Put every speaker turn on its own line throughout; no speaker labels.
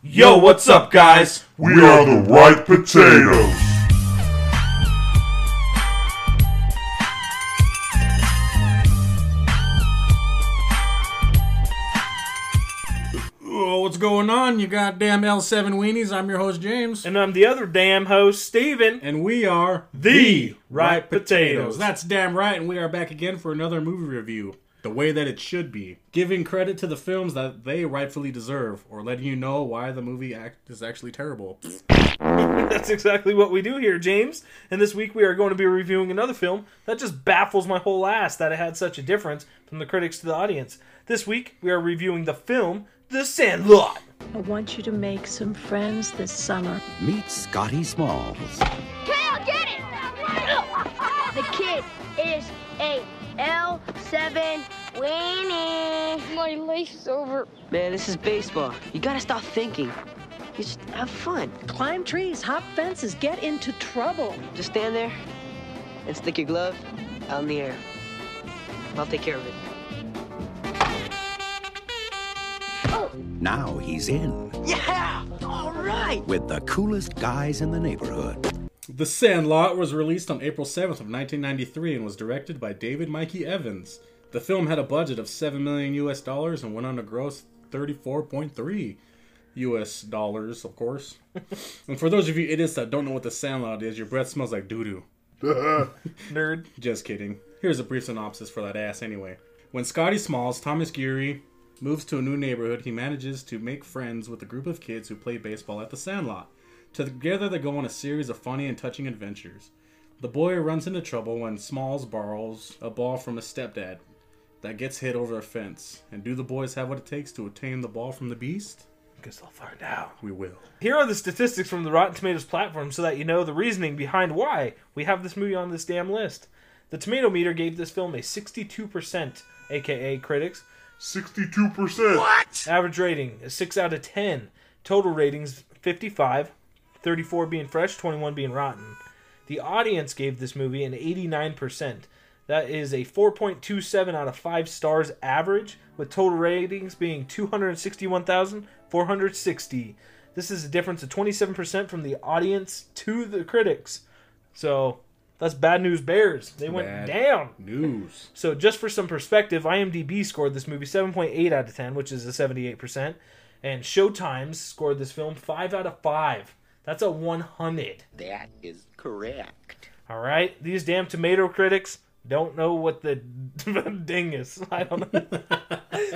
Yo, what's up, guys?
We are the ripe potatoes.
Well, what's going on, you goddamn L7 weenies? I'm your host, James.
And I'm the other damn host, Steven.
And we are
The Ripe Potatoes.
That's damn right, and we are back again for another movie review. The way that it should be. Giving credit to the films that they rightfully deserve, or letting you know why the movie act is actually terrible.
That's exactly what we do here, James. And this week we are going to be reviewing another film that just baffles my whole ass that it had such a difference from the critics to the audience. This week we are reviewing the film The Sandlot.
I want you to make some friends this summer.
Meet Scotty Smalls.
Cal, get it! The kid is a L7 weenie. My life's over.
Man, this is baseball. You gotta stop thinking. You just have fun.
Climb trees, hop fences, get into trouble.
Just stand there and stick your glove out in the air. I'll take care of it.
Now he's in
Yeah! All right!
with the coolest guys in the neighborhood.
The Sandlot was released on April 7th of 1993 and was directed by David Mikey Evans. The film had a budget of 7 million US dollars and went on to gross 34.3 US dollars, of course. and for those of you idiots that don't know what The Sandlot is, your breath smells like doo-doo.
Nerd.
Just kidding. Here's a brief synopsis for that ass anyway. When Scotty Smalls, Thomas Geary, moves to a new neighborhood, he manages to make friends with a group of kids who play baseball at the Sandlot. Together they go on a series of funny and touching adventures. The boy runs into trouble when Smalls borrows a ball from his stepdad that gets hit over a fence. And do the boys have what it takes to obtain the ball from the beast?
Guess I'll find out.
We will.
Here are the statistics from the Rotten Tomatoes platform so that you know the reasoning behind why we have this movie on this damn list. The tomato meter gave this film a 62%, aka critics.
62%.
Average rating is 6 out of 10. Total ratings 55, 34 being fresh, 21 being rotten. The audience gave this movie an 89%. That is a 4.27 out of 5 stars average, with total ratings being 261,460. This is a difference of 27% from the audience to the critics. So, that's bad news bears. They went
Bad.
down.
News.
So just for some perspective, IMDb scored this movie 7.8 out of 10, which is a 78%, and Showtimes scored this film 5 out of 5. That's a 100.
That is correct.
All right, these damn tomato critics don't know what the ding is. I don't know.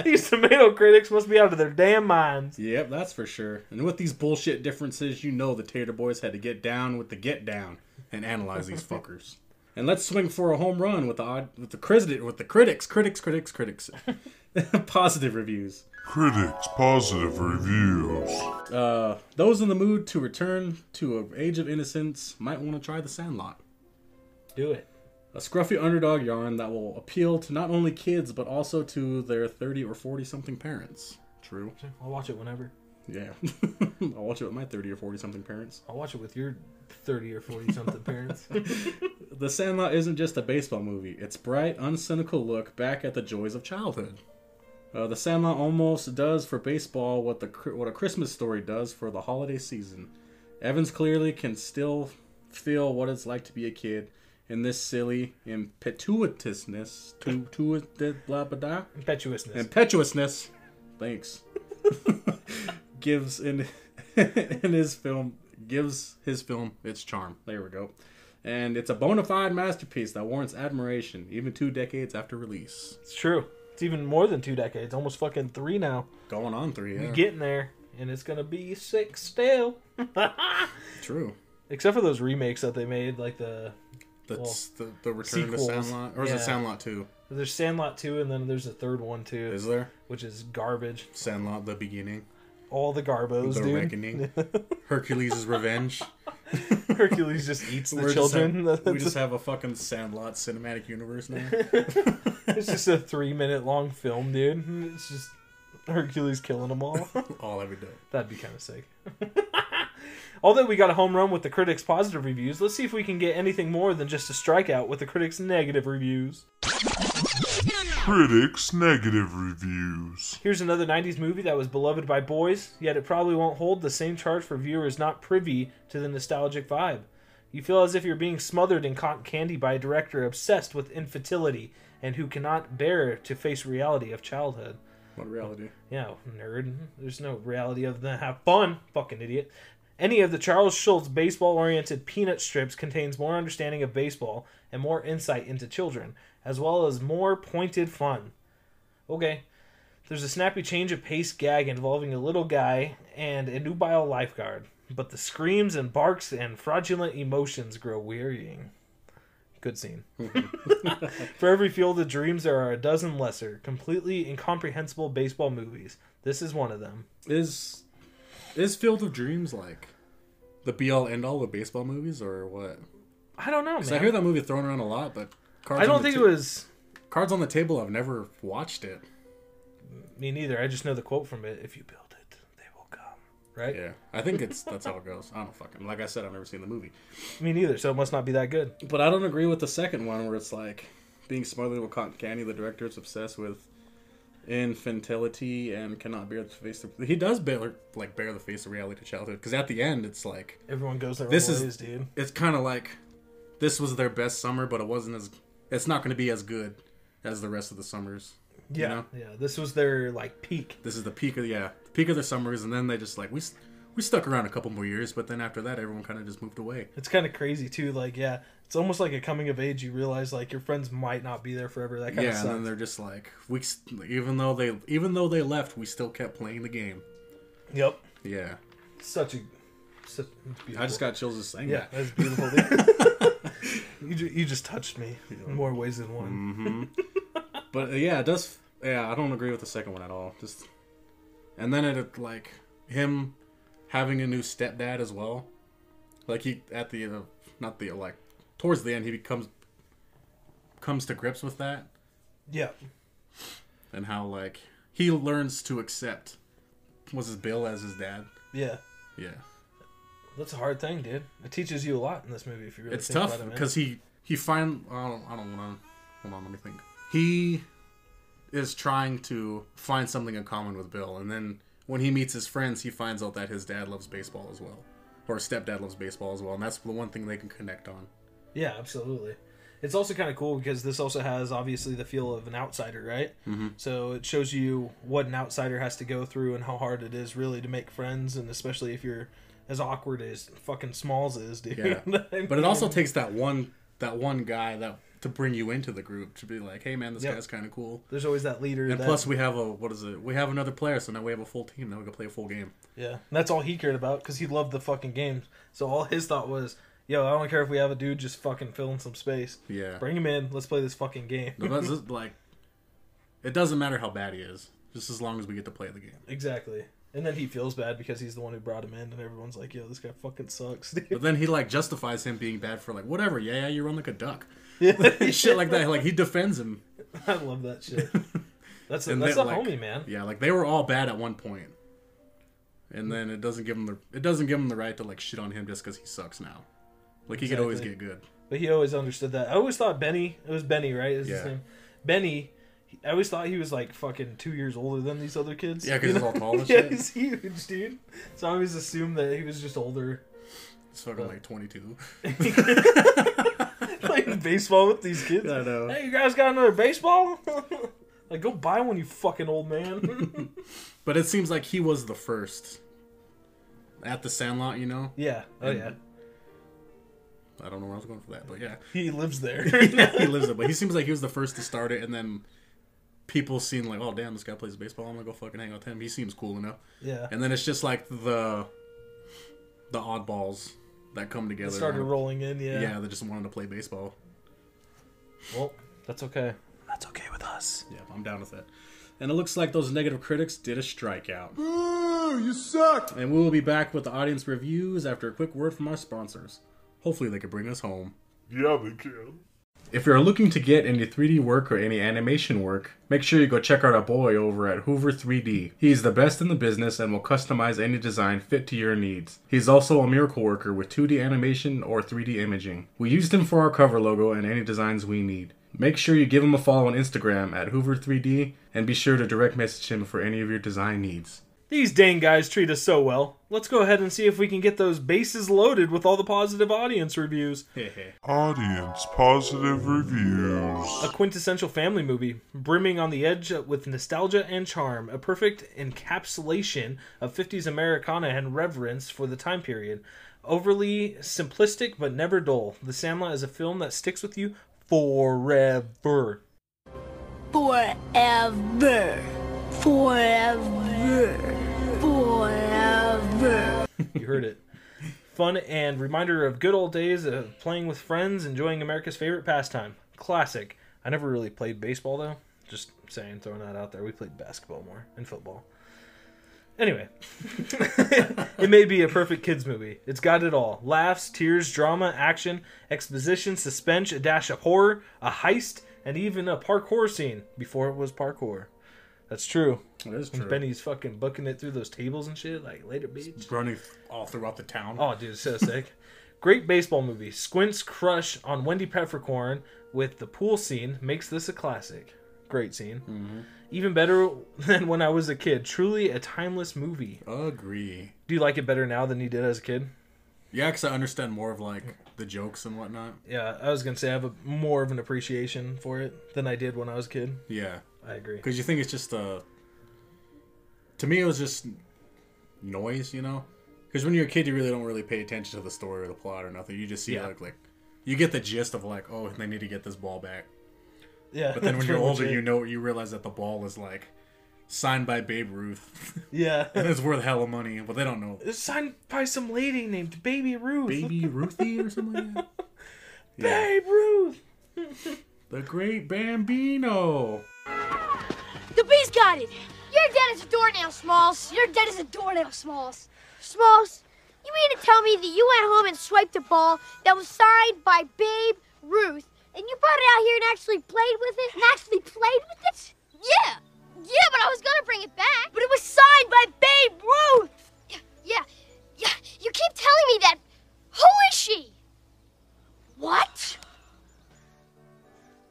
these tomato critics must be out of their damn minds.
Yep, that's for sure. And with these bullshit differences, you know the Tater Boys had to get down with the get down and analyze these fuckers. And let's swing for a home run with the odd, with the critic with the critics, critics, critics, critics. Positive reviews.
Critics positive reviews.
Uh, those in the mood to return to an age of innocence might want to try The Sandlot,
Do it.
a scruffy underdog yarn that will appeal to not only kids but also to their thirty or forty something parents. True.
I'll watch it whenever.
Yeah. I'll watch it with my thirty or forty something parents.
I'll watch it with your 30 or 40 something parents.
The Sandlot isn't just a baseball movie, it's bright, uncynical look back at the joys of childhood. Uh, the Sandlot almost does for baseball what the cr- what a Christmas story does for the holiday season. Evans clearly can still feel what it's like to be a kid in this silly impetuousness, tu- tu- da- blah blah blah,
Impetuousness.
impetuousness. Thanks. gives in in his film gives his film its charm. There we go. And it's a bona fide masterpiece that warrants admiration, even two decades after release.
It's true. It's even more than two decades, almost fucking three now.
Going on three, yeah.
getting there, and it's gonna be sick still.
True.
Except for those remakes that they made, like the
That's the, the return
sequels.
to Sandlot, or is it
Yeah.
Sandlot two?
there's Sandlot two, and then there's a third one too,
Is there
which is garbage.
Sandlot the beginning,
All the garbos,
the
dude.
reckoning, Hercules' revenge?
Hercules just eats the
We're just have-
children.
we just have a fucking Sandlot cinematic universe now.
it's just a three minute long film, dude. It's just Hercules killing them all.
All every day.
That'd be kind of sick. Although we got a home run with the critics' positive reviews, let's see if we can get anything more than just a strikeout with the critics' negative reviews.
Critics negative reviews.
Here's another 90s movie that was beloved by boys, yet it probably won't hold the same charge for viewers not privy to the nostalgic vibe. You feel as if you're being smothered in cotton candy by a director obsessed with infertility and who cannot bear to face reality of childhood.
What reality?
Yeah, nerd. There's no reality of the have fun, fucking idiot. Any of the Charles Schultz baseball-oriented peanut strips contains more understanding of baseball and more insight into children, as well as more pointed fun. Okay. There's a snappy change of pace gag involving a little guy and a nubile lifeguard, but the screams and barks and fraudulent emotions grow wearying. Good scene. For every field of dreams, there are a dozen lesser, completely incomprehensible baseball movies. This is one of them.
Is is Field of Dreams like the be all end all of baseball movies or what?
I don't know,
'Cause
man. I,
I hear that movie thrown around a lot, but cards on
don't
the
think it
Ta-
was
Cards on the Table. I've never watched it.
me neither. I just know the quote from it: "If you build it, they will come." Right?
Yeah, I think it's that's how it goes. I don't fucking like I said. I've never seen the movie,
Me neither. So it must not be that good.
but I don't agree with the second one where it's like being smothered with cotton candy. The director is obsessed with infantility and cannot bear the face. Of, he does bear like bear the face of reality to childhood because at the end it's like
Everyone goes their
This
own
is-
ways, dude.
it's kind of like this was their best summer, but it wasn't as it's not going to be as good as the rest of the summers. you
Yeah,
know?
yeah. This was their like peak.
this is the peak of yeah the peak of their summers, and then they just like we s- we stuck around a couple more years, but then after that everyone kind of just moved away.
It's kind of crazy too. Like, yeah, it's almost like a coming of age. You realize like your friends might not be there forever. That kind
yeah,
of
and then
sucks.
they're just like we s- even though they even though they left, we still kept playing the game.
Yep.
Yeah,
Such a. Such,
I just got chills just saying
Yeah,
that.
that's beautiful. dude. you ju- you just touched me in more ways than one.
Mm-hmm. But uh, yeah, it does. Yeah, I don't agree with the second one at all. Just and then it uh, like him having a new stepdad as well. Like he at the uh, not the like towards the end he becomes comes to grips with that
Yeah,
and how like he learns to accept was his Bill as his dad.
yeah.
Yeah,
That's a hard thing, dude. It teaches you a lot in this movie if you really
it's
think
tough
about it. man.
because he he find I don't I don't want to hold on let me think. He is trying to find something in common with Bill, and then when he meets his friends, he finds out that his dad loves baseball as well, or his stepdad loves baseball as well, and that's the one thing they can connect on.
Yeah, absolutely. It's also kind of cool because this also has obviously the feel of an outsider, right? Mm-hmm. So it shows you what an outsider has to go through and how hard it is really to make friends, and especially if you're as awkward as fucking Smalls is, dude.
Yeah,
I
but it also
mean,
takes that one that one guy that to bring you into the group to be like, hey man, this
Yep.
guy's kind of cool.
there's always that leader.
And
that,
plus, we have a what is it? We have another player, so now we have a full team. Now we can play a full game.
Yeah, and that's all he cared about because he loved the fucking games. So all his thought was, "Yo, I don't care if we have a dude just fucking filling some space.
Yeah.
Bring him in. Let's play this fucking game."
But that's just, like, it doesn't matter how bad he is, just as long as we get to play the game.
exactly. And then he feels bad because he's the one who brought him in, and everyone's like, "Yo, this guy fucking sucks." Dude.
But then he like justifies him being bad for like whatever. Yeah, yeah, you run like a duck. Shit like that. Like he defends him.
I love that shit. That's a,
And
that's
they,
a
like-
homie, man.
Yeah, like they were all bad at one point, and then it doesn't give him the it doesn't give him the right to like shit on him just because he sucks now. Like he could always
Exactly.
get good.
But he always understood that. I always thought Benny. It was Benny, right? Is his
Yeah.
name? Benny. he- I always thought he was like fucking two years older than these other kids.
Yeah,
you
because he's
know?
all tall and
yeah,
shit.
he's huge, dude. So I always assumed that he was just older.
He's fucking like twenty two.
playing baseball with these kids.
I know.
Hey, you guys got another baseball? like, go buy one, you fucking old man.
But it seems like he was the first at the Sandlot. You know,
yeah. Oh yeah.
I don't know where I was going for that, but yeah.
He lives there.
he lives it, but he seems like he was the first to start it, and then people seen like, oh damn, this guy plays baseball. I'm gonna go fucking hang out with him. He seems cool enough.
yeah.
And then it's just like the the oddballs that come
It
together.
started
Wanna-
rolling in. Yeah.
Yeah, they just wanted to play baseball.
Well, that's okay. That's okay with us.
Yeah, I'm down with that. And it looks like those negative critics did a strikeout.
Boo! You suck!
And we will be back with the audience reviews after a quick word from our sponsors. Hopefully, they can bring us home.
Yeah, they can.
If you're looking to get any 3D work or any animation work, make sure you go check out our boy over at Hoover 3D. He's the best in the business and will customize any design fit to your needs. He's also a miracle worker with 2D animation or 3D imaging. We used him for our cover logo and any designs we need. Make sure you give him a follow on Instagram at Hoover3D and be sure to direct message him for any of your design needs.
These dang guys treat us so well. Let's go ahead and see if we can get those bases loaded with all the positive audience reviews.
Audience positive reviews.
A quintessential family movie, brimming on the edge with nostalgia and charm, a perfect encapsulation of 50s Americana and reverence for the time period. Overly simplistic but never dull, The Sandlot is a film that sticks with you forever.
Forever. Forever. Forever.
You heard it. Fun and reminder of good old days of playing with friends, enjoying America's favorite pastime. Classic. I never really played baseball though. Just saying, throwing that out there. We played basketball more and football. Anyway, it may be a perfect kids movie. It's got it all: laughs, tears, drama, action, exposition, suspense, a dash of horror, a heist, and even a parkour scene before it was parkour. That's true.
That is
When
true.
Benny's fucking booking it through those tables and shit, like later, bitch.
Running th- all throughout the town.
Oh, dude, it's so sick. Great baseball movie. Squint's crush on Wendy Peppercorn with the pool scene makes this a classic. Great scene.
Mm-hmm.
Even better than when I was a kid. Truly a timeless movie.
Agree.
Do you like it better now than you did as a kid?
Yeah, because I understand more of like the jokes and whatnot.
Yeah, I was gonna say I have a, more of an appreciation for it than I did when I was a kid.
Yeah,
I agree.
because you think it's just a. To me, it was just noise, you know. Because when you're a kid, you really don't really pay attention to the story or the plot or nothing. You just see
Yeah.
like like, you get the gist of like, oh, they need to get this ball back.
Yeah,
But then when you're older, you know you realize that the ball is like signed by Babe Ruth and
Yeah,
it's worth hella money, but they don't know
it's signed by some lady named Baby Ruth.
Baby Ruthie or something like that. Yeah,
Babe Ruth.
the Great Bambino.
The beast got it.
You're dead as a doornail, Smalls. You're dead as a doornail, Smalls. Smalls, you mean to tell me that you went home and swiped a ball that was signed by Babe Ruth, and you brought it out here and actually played with it? And actually played with it? Yeah. Yeah, but I was gonna bring it back. But it was signed by Babe Ruth. Yeah, yeah, yeah. You keep telling me that. Who is she? What?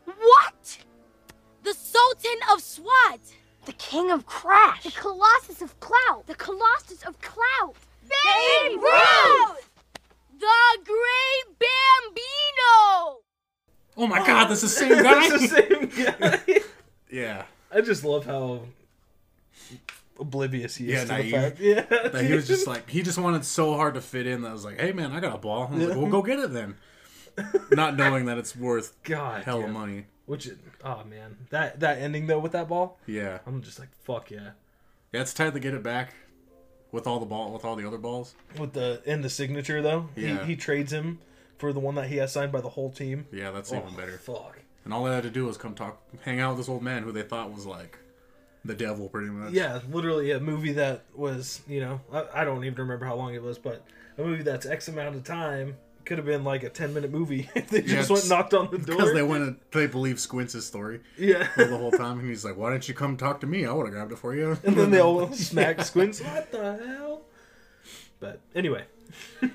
What?
The Sultan of Swat.
The king of crash. The colossus of clout. The colossus of clout. Babe Ruth!
The Great Bambino.
Oh my god, that's the same guy.
It's the same guy.
yeah.
I just love how oblivious he
Yeah,
is
naive.
to the fact. Yeah,
That he was just like he just wanted so hard to fit in that I was like, hey man, I got a ball. I was like, well, go get it then. Not knowing that it's worth
God,
hella
dude.
money.
Which, oh man, that that ending though with that ball,
Yeah.
I'm just like fuck yeah.
Yeah, it's tight to get it back with all the ball with all the other balls.
With the and the signature though,
Yeah.
he, he trades him for the one that he has signed by the whole team.
Yeah, that's even
Oh,
better.
Fuck.
And all they had to do was come talk, hang out with this old man who they thought was like the devil, pretty much.
Yeah, literally a movie that was you know I, I don't even remember how long it was, but a movie that's X amount of time could have been like a 10 minute movie if they just went
it's-
and knocked on the
Because
door.
they went and they believed Squints' story
yeah.
the whole time, and he's like, "Why didn't you come talk to me? I would have grabbed it for you."
And then they all smack squints. What the hell? But anyway,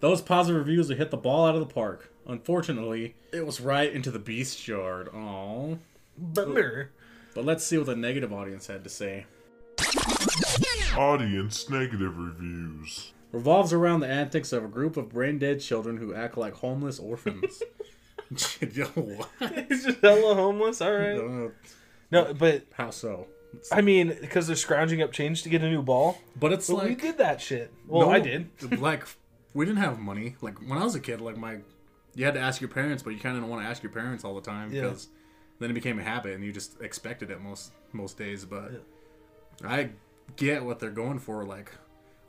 Those positive reviews that hit the ball out of the park. Unfortunately, it was right into the beast yard. Aww.
bummer.
But let's see what the negative audience had to say.
Audience negative reviews.
Revolves around the antics of a group of brain dead children who act like homeless orphans. Yo, what?
It's just hella homeless. All right.
Uh,
No, but
How so?
I mean, because they're scrounging up change to get a new ball.
But it's
But
like
we did that shit. Well,
No,
I did.
like we didn't have money. Like when I was a kid, like my you had to ask your parents, but you kind of don't want to ask your parents all the time
Yeah.
because then it became a habit and you just expected it most most days. But I get what they're going for. Like,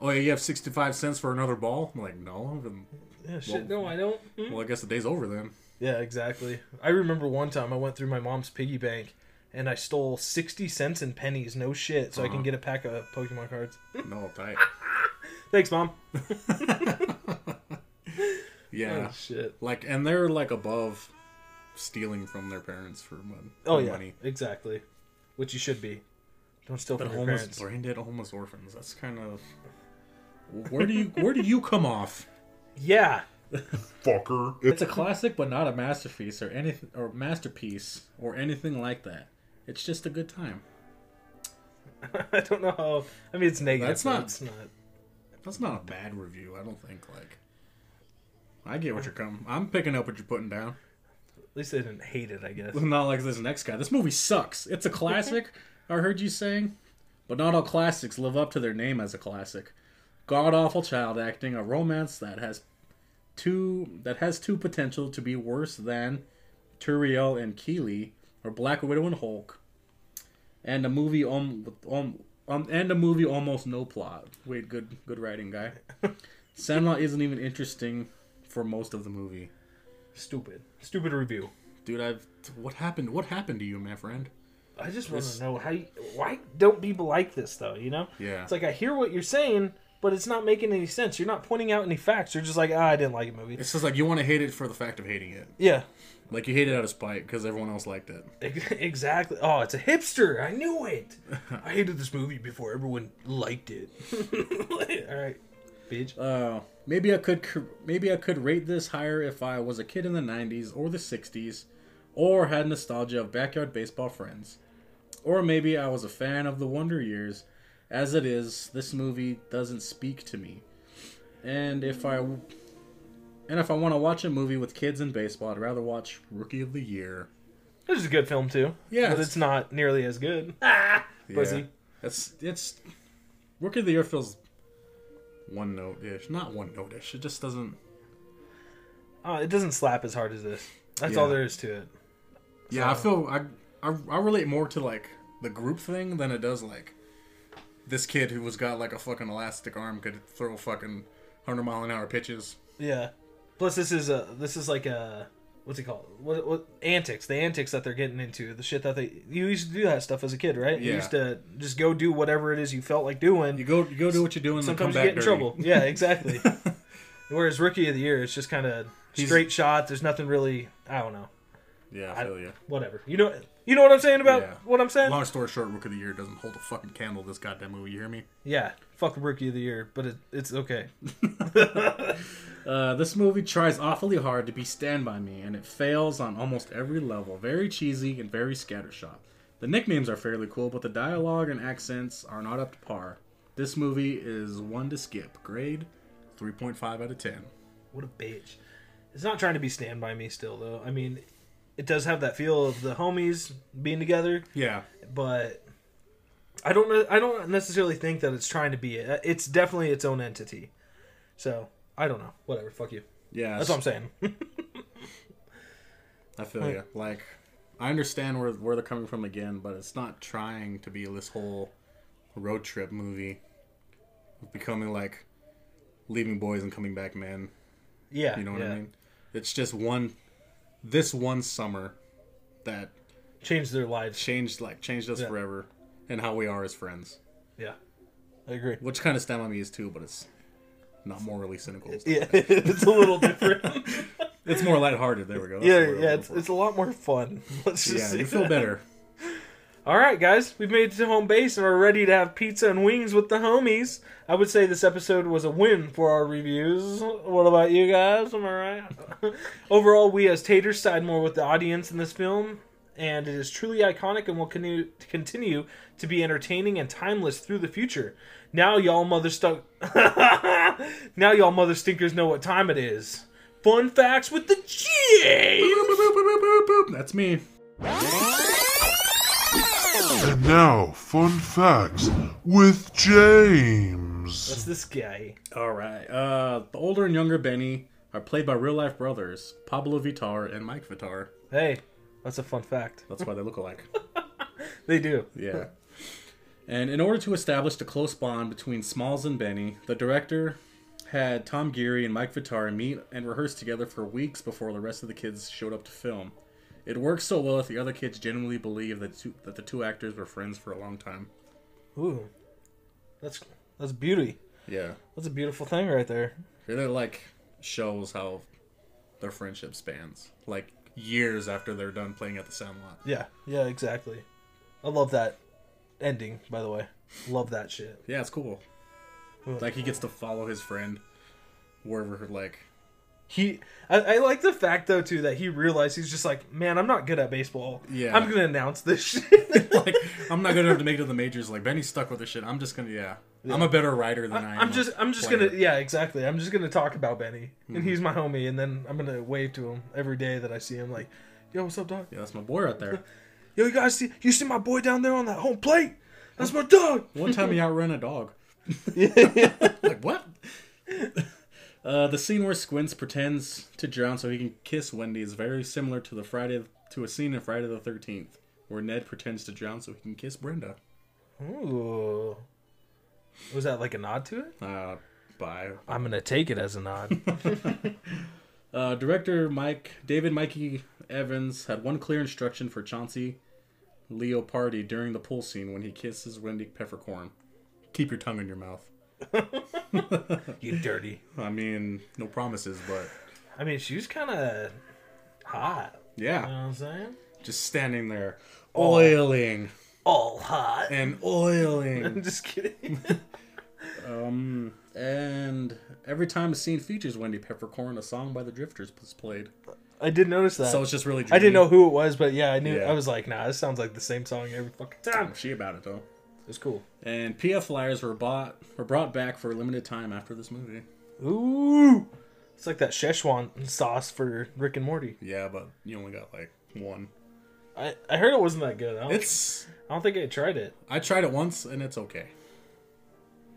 oh yeah, you have sixty five cents for another ball. I'm like, no. then-
Yeah, Oh, shit. No, I don't. Mm.
Well, I guess the day's over then.
Yeah, exactly. I remember one time I went through my mom's piggy bank and I stole 60 cents in pennies, no shit, so I can get a pack of Pokemon cards.
No, tight.
Thanks, mom.
Yeah.
Oh, Shit.
Like, and they're like above stealing from their parents for, mon- for
Oh, yeah.
money.
Exactly. Which you should be. Don't steal
But
from your
homeless,
parents.
brain-dead homeless orphans. That's kind of where do you where do you come off?
Yeah.
fucker.
It's a classic, but not a masterpiece or anything, or masterpiece or anything like that. It's just a good time.
I don't know how. I mean, it's negative.
That's
but
not-
It's not.
That's not a bad review. I don't think. Like, I get what you're coming. I'm picking up what you're putting down.
At least they didn't hate it. I guess.
It's not like this next guy. This movie sucks. It's a classic. I heard you saying, but not all classics live up to their name as a classic. God awful child acting, a romance that has two that has two potential to be worse than Turiel and Keeley or Black Widow and Hulk, and a movie um, with- um, um and a movie almost no plot. Wait, good good writing guy. Sandlot isn't even interesting for most of the movie.
Stupid. Stupid review.
Dude, I've what happened? What happened to you, my friend?
I just want to know how. You, why don't people like this though? You know.
Yeah.
It's like I hear what you're saying, but it's not making any sense. You're not pointing out any facts. You're just like, ah, I didn't like a movie.
It's just like you want to hate it for the fact of hating it.
Yeah.
Like you hate it out of spite because everyone else liked it.
Ex- Exactly. Oh, it's a hipster. I knew it. I hated this movie before everyone liked it. All right, bitch.
Uh, maybe I could cr- maybe I could rate this higher if I was a kid in the '90s or the '60s, or had nostalgia of backyard baseball friends, or maybe I was a fan of the Wonder Years. As it is, this movie doesn't speak to me. And if I w- and if I want to watch a movie with kids and baseball, I'd rather watch Rookie of the Year.
This is a good film too.
Yeah,
but
it's-
it's not nearly as good. Pussy.
Yeah. That's it's Rookie of the Year feels one note ish. Not one note ish. It just doesn't
Uh, it doesn't slap as hard as this. That's
Yeah.
all there is to it.
Yeah, I feel I, I I relate more to like the group thing than it does like this kid who was got like a fucking elastic arm could throw fucking hundred mile an hour pitches.
Yeah. Plus, this is a this is like a what's it called? What what antics? The antics that they're getting into. The shit that they you used to do that stuff as a kid, right? You
Yeah.
used to just go do whatever it is you felt like doing.
You go you go do what you're doing and then come
Sometimes you
back
get in
dirty.
trouble. Yeah, exactly. Whereas rookie of the year, it's just kind of
He's-
straight shot. There's nothing really. I don't know.
Yeah, I feel you.
Whatever. You know. You know what I'm saying about
Yeah.
what I'm saying.
Long story short, Rook of the Year doesn't hold a fucking candle to this goddamn movie. You hear me?
Yeah. Fuck rookie of the year, but it, it's okay.
Uh, this movie tries awfully hard to be Stand By Me, and it fails on almost every level. Very cheesy and very scattershot. The nicknames are fairly cool, but the dialogue and accents are not up to par. This movie is one to skip. Grade 3.5 out of 10.
What a bitch. It's not trying to be stand by me still though. I mean, it does have that feel of the homies being together,
Yeah.
but I don't know. I don't necessarily think that it's trying to be. it. It's definitely its own entity. So I don't know. Whatever. Fuck you.
Yeah.
That's what I'm saying.
I feel you. Like, I understand where, where they're coming from again, but it's not trying to be this whole road trip movie. Becoming like leaving boys and coming back men.
yeah.
You know what
yeah.
I mean? It's just one, this one summer that
Change their lives.
changed like changed us
Yeah.
forever and how we are as friends.
Yeah. I agree.
Which kind of stem on me is too, but it's not morally cynical. It's,
Yeah, it's a little different.
it's more lighthearted. There we go. That's
yeah,
the word I'm
yeah,
looking
it's,
for.
it's a lot more fun. Let's just
yeah.
say
You feel
that.
better.
All right, guys, we've made it to home base and are ready to have pizza and wings with the homies. I would say this episode was a win for our reviews. What about you guys? Am I right? Overall, we as taters side more with the audience in this film, and it is truly iconic and will continue to continue to be entertaining and timeless through the future. Now, y'all mother stuck. now, y'all mother stinkers know what time it is. Fun facts with the G.
Boop, boop, boop, boop, boop, boop. That's me.
And now, fun facts with James.
What's this guy?
All right. Uh, the older and younger Benny are played by real life brothers Pablo Vitar and Mike Vitar.
Hey, that's a fun fact.
That's why they look alike.
They do.
Yeah. And in order to establish the close bond between Smalls and Benny, the director had Tom Geary and Mike Vittar meet and rehearse together for weeks before the rest of the kids showed up to film. It worked so well that the other kids genuinely believed that, two, that the two actors were friends for a long time.
Ooh, that's that's beauty.
Yeah.
That's a beautiful thing right there.
It uh, like shows how their friendship spans, like years after they're done playing at the Sandlot.
Yeah, yeah, exactly. I love that ending. By the way, love that shit.
Yeah, it's cool. Like he gets to follow his friend wherever like
He, I, I like the fact though too that he realized he's just like, man, I'm not good at baseball.
Yeah.
I'm gonna announce this shit.
like I'm not gonna have to make it to the majors. Like Benny's stuck with this shit. I'm just gonna yeah. I'm a better writer than I am.
I'm just,
a
I'm just
player. Mm-hmm.
gonna, yeah, exactly. I'm just gonna talk about Benny, and he's my homie, and then I'm gonna wave to him every day that I see him. Like, yo, what's up, dog?
Yeah, that's my boy right there.
Yo, you guys see, you see my boy down there on that home plate? That's my dog.
One time he outrun a dog. like what? Uh, the scene where Squints pretends to drown so he can kiss Wendy is very similar to the Friday to a scene in Friday the Thirteenth where Ned pretends to drown so he can kiss Brenda.
Ooh. Was that like a nod to it?
Uh, bye.
I'm gonna take it as a nod.
Uh, director Mike David Mikey Evans had one clear instruction for Chauncey Leopardi during the pool scene when he kisses Wendy Peppercorn. Keep your tongue in your mouth.
you dirty.
I mean, no promises, but
I mean, she was kind of hot. You
yeah,
know what I'm saying?
just standing there
Oh.
oiling
All hot.
and oiling.
I'm just kidding. Um,
And every time a scene features Wendy Peppercorn, a song by the Drifters is played.
I did notice that.
So it's just really.
I didn't know
dreamy.
who it was, but yeah, I knew.
Yeah.
I was like, nah, this sounds like the same song every fucking time.
she about it though.
It's cool.
And PF flyers were bought were brought back for a limited time after this movie.
Ooh, it's like that Szechuan sauce for Rick and Morty.
Yeah, but you only got like one.
I, I heard it wasn't that good. I don't,
It's
I don't think I tried it.
I tried it once and it's okay.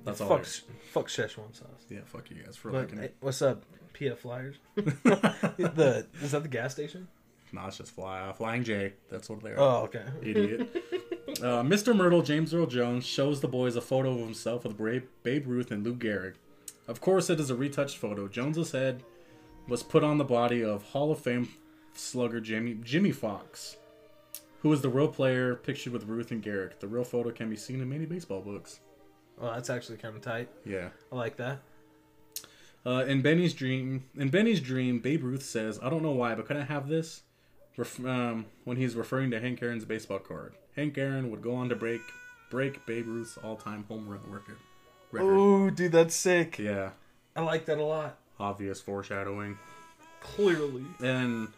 That's all.
fuck,
I-
Sh- fuck Szechuan sauce.
yeah, fuck you guys for
But,
liking
hey,
it.
what's up, PF Flyers? the is that the gas station?
Nah, it's just fly, uh, flying J. That's what they are.
Oh, okay.
Idiot. uh, Mr. Myrtle, James Earl Jones, shows the boys a photo of himself with Babe, Babe Ruth and Lou Gehrig. Of course, it is a retouched photo. Jones's head was put on the body of Hall of Fame slugger Jimmy, Jimmy Fox, who is the real player pictured with Ruth and Gehrig. The real photo can be seen in many baseball books.
Well, that's actually kind of tight.
Yeah.
I like that.
Uh, in Benny's dream, in Benny's dream, Babe Ruth says, "I don't know why, but can I have this?" Ref- um, when he's referring to Hank Aaron's baseball card. Hank Aaron would go on to break break Babe Ruth's all-time home run record. record.
Ooh, dude, that's sick.
Yeah,
I like that a lot.
obvious foreshadowing.
Clearly.
And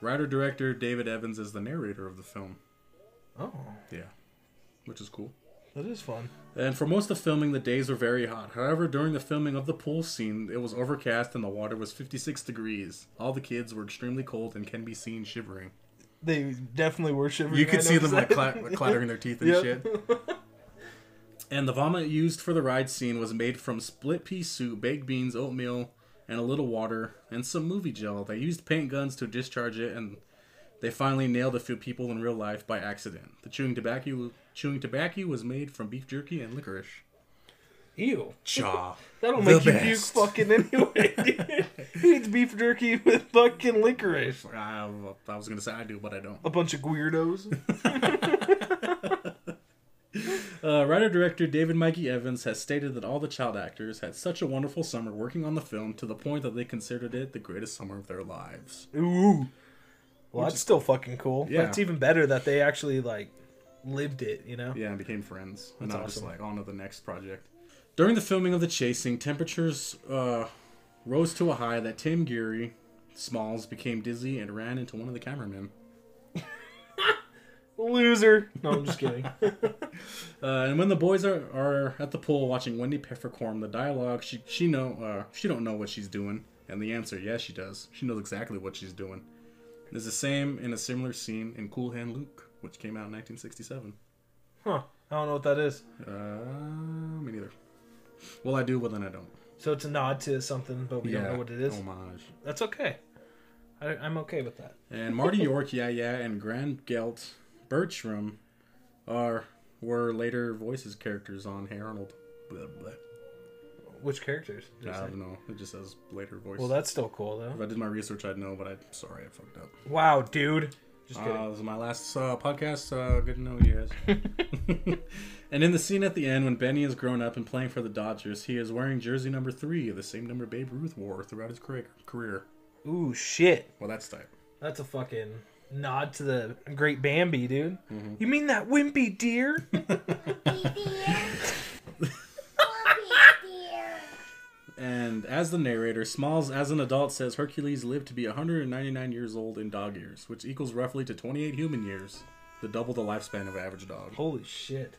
writer director David Evans is the narrator of the film.
Oh,
Yeah, which is cool.
that is fun.
And for most of filming, the days were very hot. However, during the filming of the pool scene, it was overcast and the water was 56 degrees. All the kids were extremely cold and can be seen shivering.
They definitely were shivering.
You could
I
see them
noticed
like
that.
cla- clattering their teeth and
Yep.
shit. And the vomit used for the ride scene was made from split pea soup, baked beans, oatmeal, and a little water, and some movie gel. They used paint guns to discharge it, and they finally nailed a few people in real life by accident. The chewing tobacco chewing tobacco was made from beef jerky and licorice.
Ew.
Cha.
That'll
The
make you
best.
puke fucking anyway. dude. Who eats beef jerky with fucking licorice?
I, I was gonna say I do, but I don't.
A bunch of weirdos.
Uh, writer director David Mikey Evans has stated that all the child actors had such a wonderful summer working on the film to the point that they considered it the greatest summer of their lives.
Ooh. Well, that's still fucking cool.
Yeah.
But it's even better that they actually like lived it. You know.
Yeah, and became friends. and I was just
awesome.
like, on to the next project. During the filming of The Chasing, temperatures uh, rose to a high that Tim Geary, Smalls, became dizzy and ran into one of the cameramen.
Loser. No, I'm just kidding.
Uh, and when the boys are, are at the pool watching Wendy Peppercorn, the dialogue she she know uh, she don't know what she's doing, and the answer yes she does. She knows exactly what she's doing. It's the same in a similar scene in Cool Hand Luke, which came out in 1967.
huh. I don't know what that is.
Uh, me neither. Well, I do, but then I don't.
So it's a nod to something, but we don't know what it is.
Homage.
That's okay. I, I'm okay with that.
And Marty York, yeah, yeah, and Grand Gelt Bertram are were later voices characters on Hey Arnold. Blah, blah.
Which characters? did you
I
say?
don't know. It just says later voice.
Well, that's still cool though.
If I did my research, I'd know, but I'm sorry I fucked up.
Wow, dude. Just kidding.
Uh, this is my last uh, podcast. Uh, good to know you guys. and in the scene at the end, when Benny is grown up and playing for the Dodgers, he is wearing jersey number three, the same number Babe Ruth wore throughout his career. career.
Ooh, shit.
Well, that's tight.
That's a fucking nod to the great Bambi, dude. You mean that wimpy deer?
Be dear. Be dear.
And as the narrator, Smalls, as an adult, says Hercules lived to be 199 years old in dog years, which equals roughly to 28 human years, the double the lifespan of average dog.
Holy shit.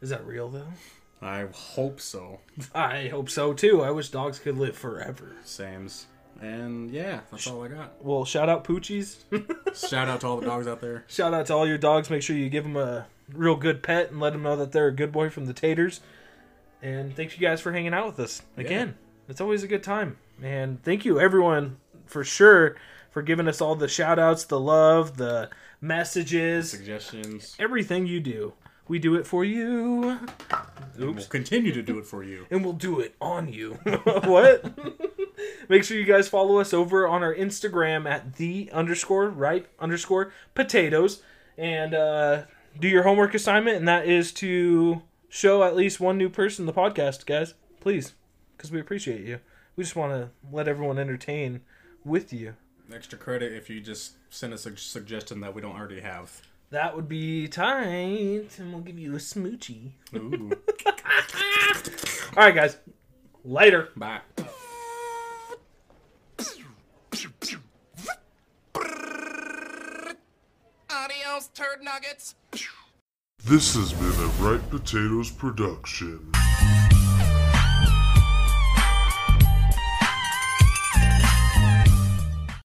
Is that real though?
I hope so.
I hope so too. I wish dogs could live forever.
Sam's. And yeah, that's all I got.
Well, shout out Poochies.
Shout out to all the dogs out there.
Shout out to all your dogs. Make sure you give them a real good pet and let them know that they're a good boy from the Taters. And thanks you guys for hanging out with us again. It's always a good time. And thank you everyone for sure for giving us all the shout outs, the love, the messages,
Suggestions.
everything you do. We do it for you.
We'll continue to do it for you.
and we'll do it on you. what? Make sure you guys follow us over on our Instagram at the underscore right underscore potatoes and uh, do your homework assignment, and that is to show at least one new person the podcast, guys. Please, because we appreciate you. We just want to let everyone entertain with you.
Extra credit if you just send us a suggestion that we don't already have.
That would be tight, and we'll give you a smoochie.
Ooh.
All right, guys. Later.
Bye.
Adios, turd nuggets.
This has been a Ripe Potatoes production.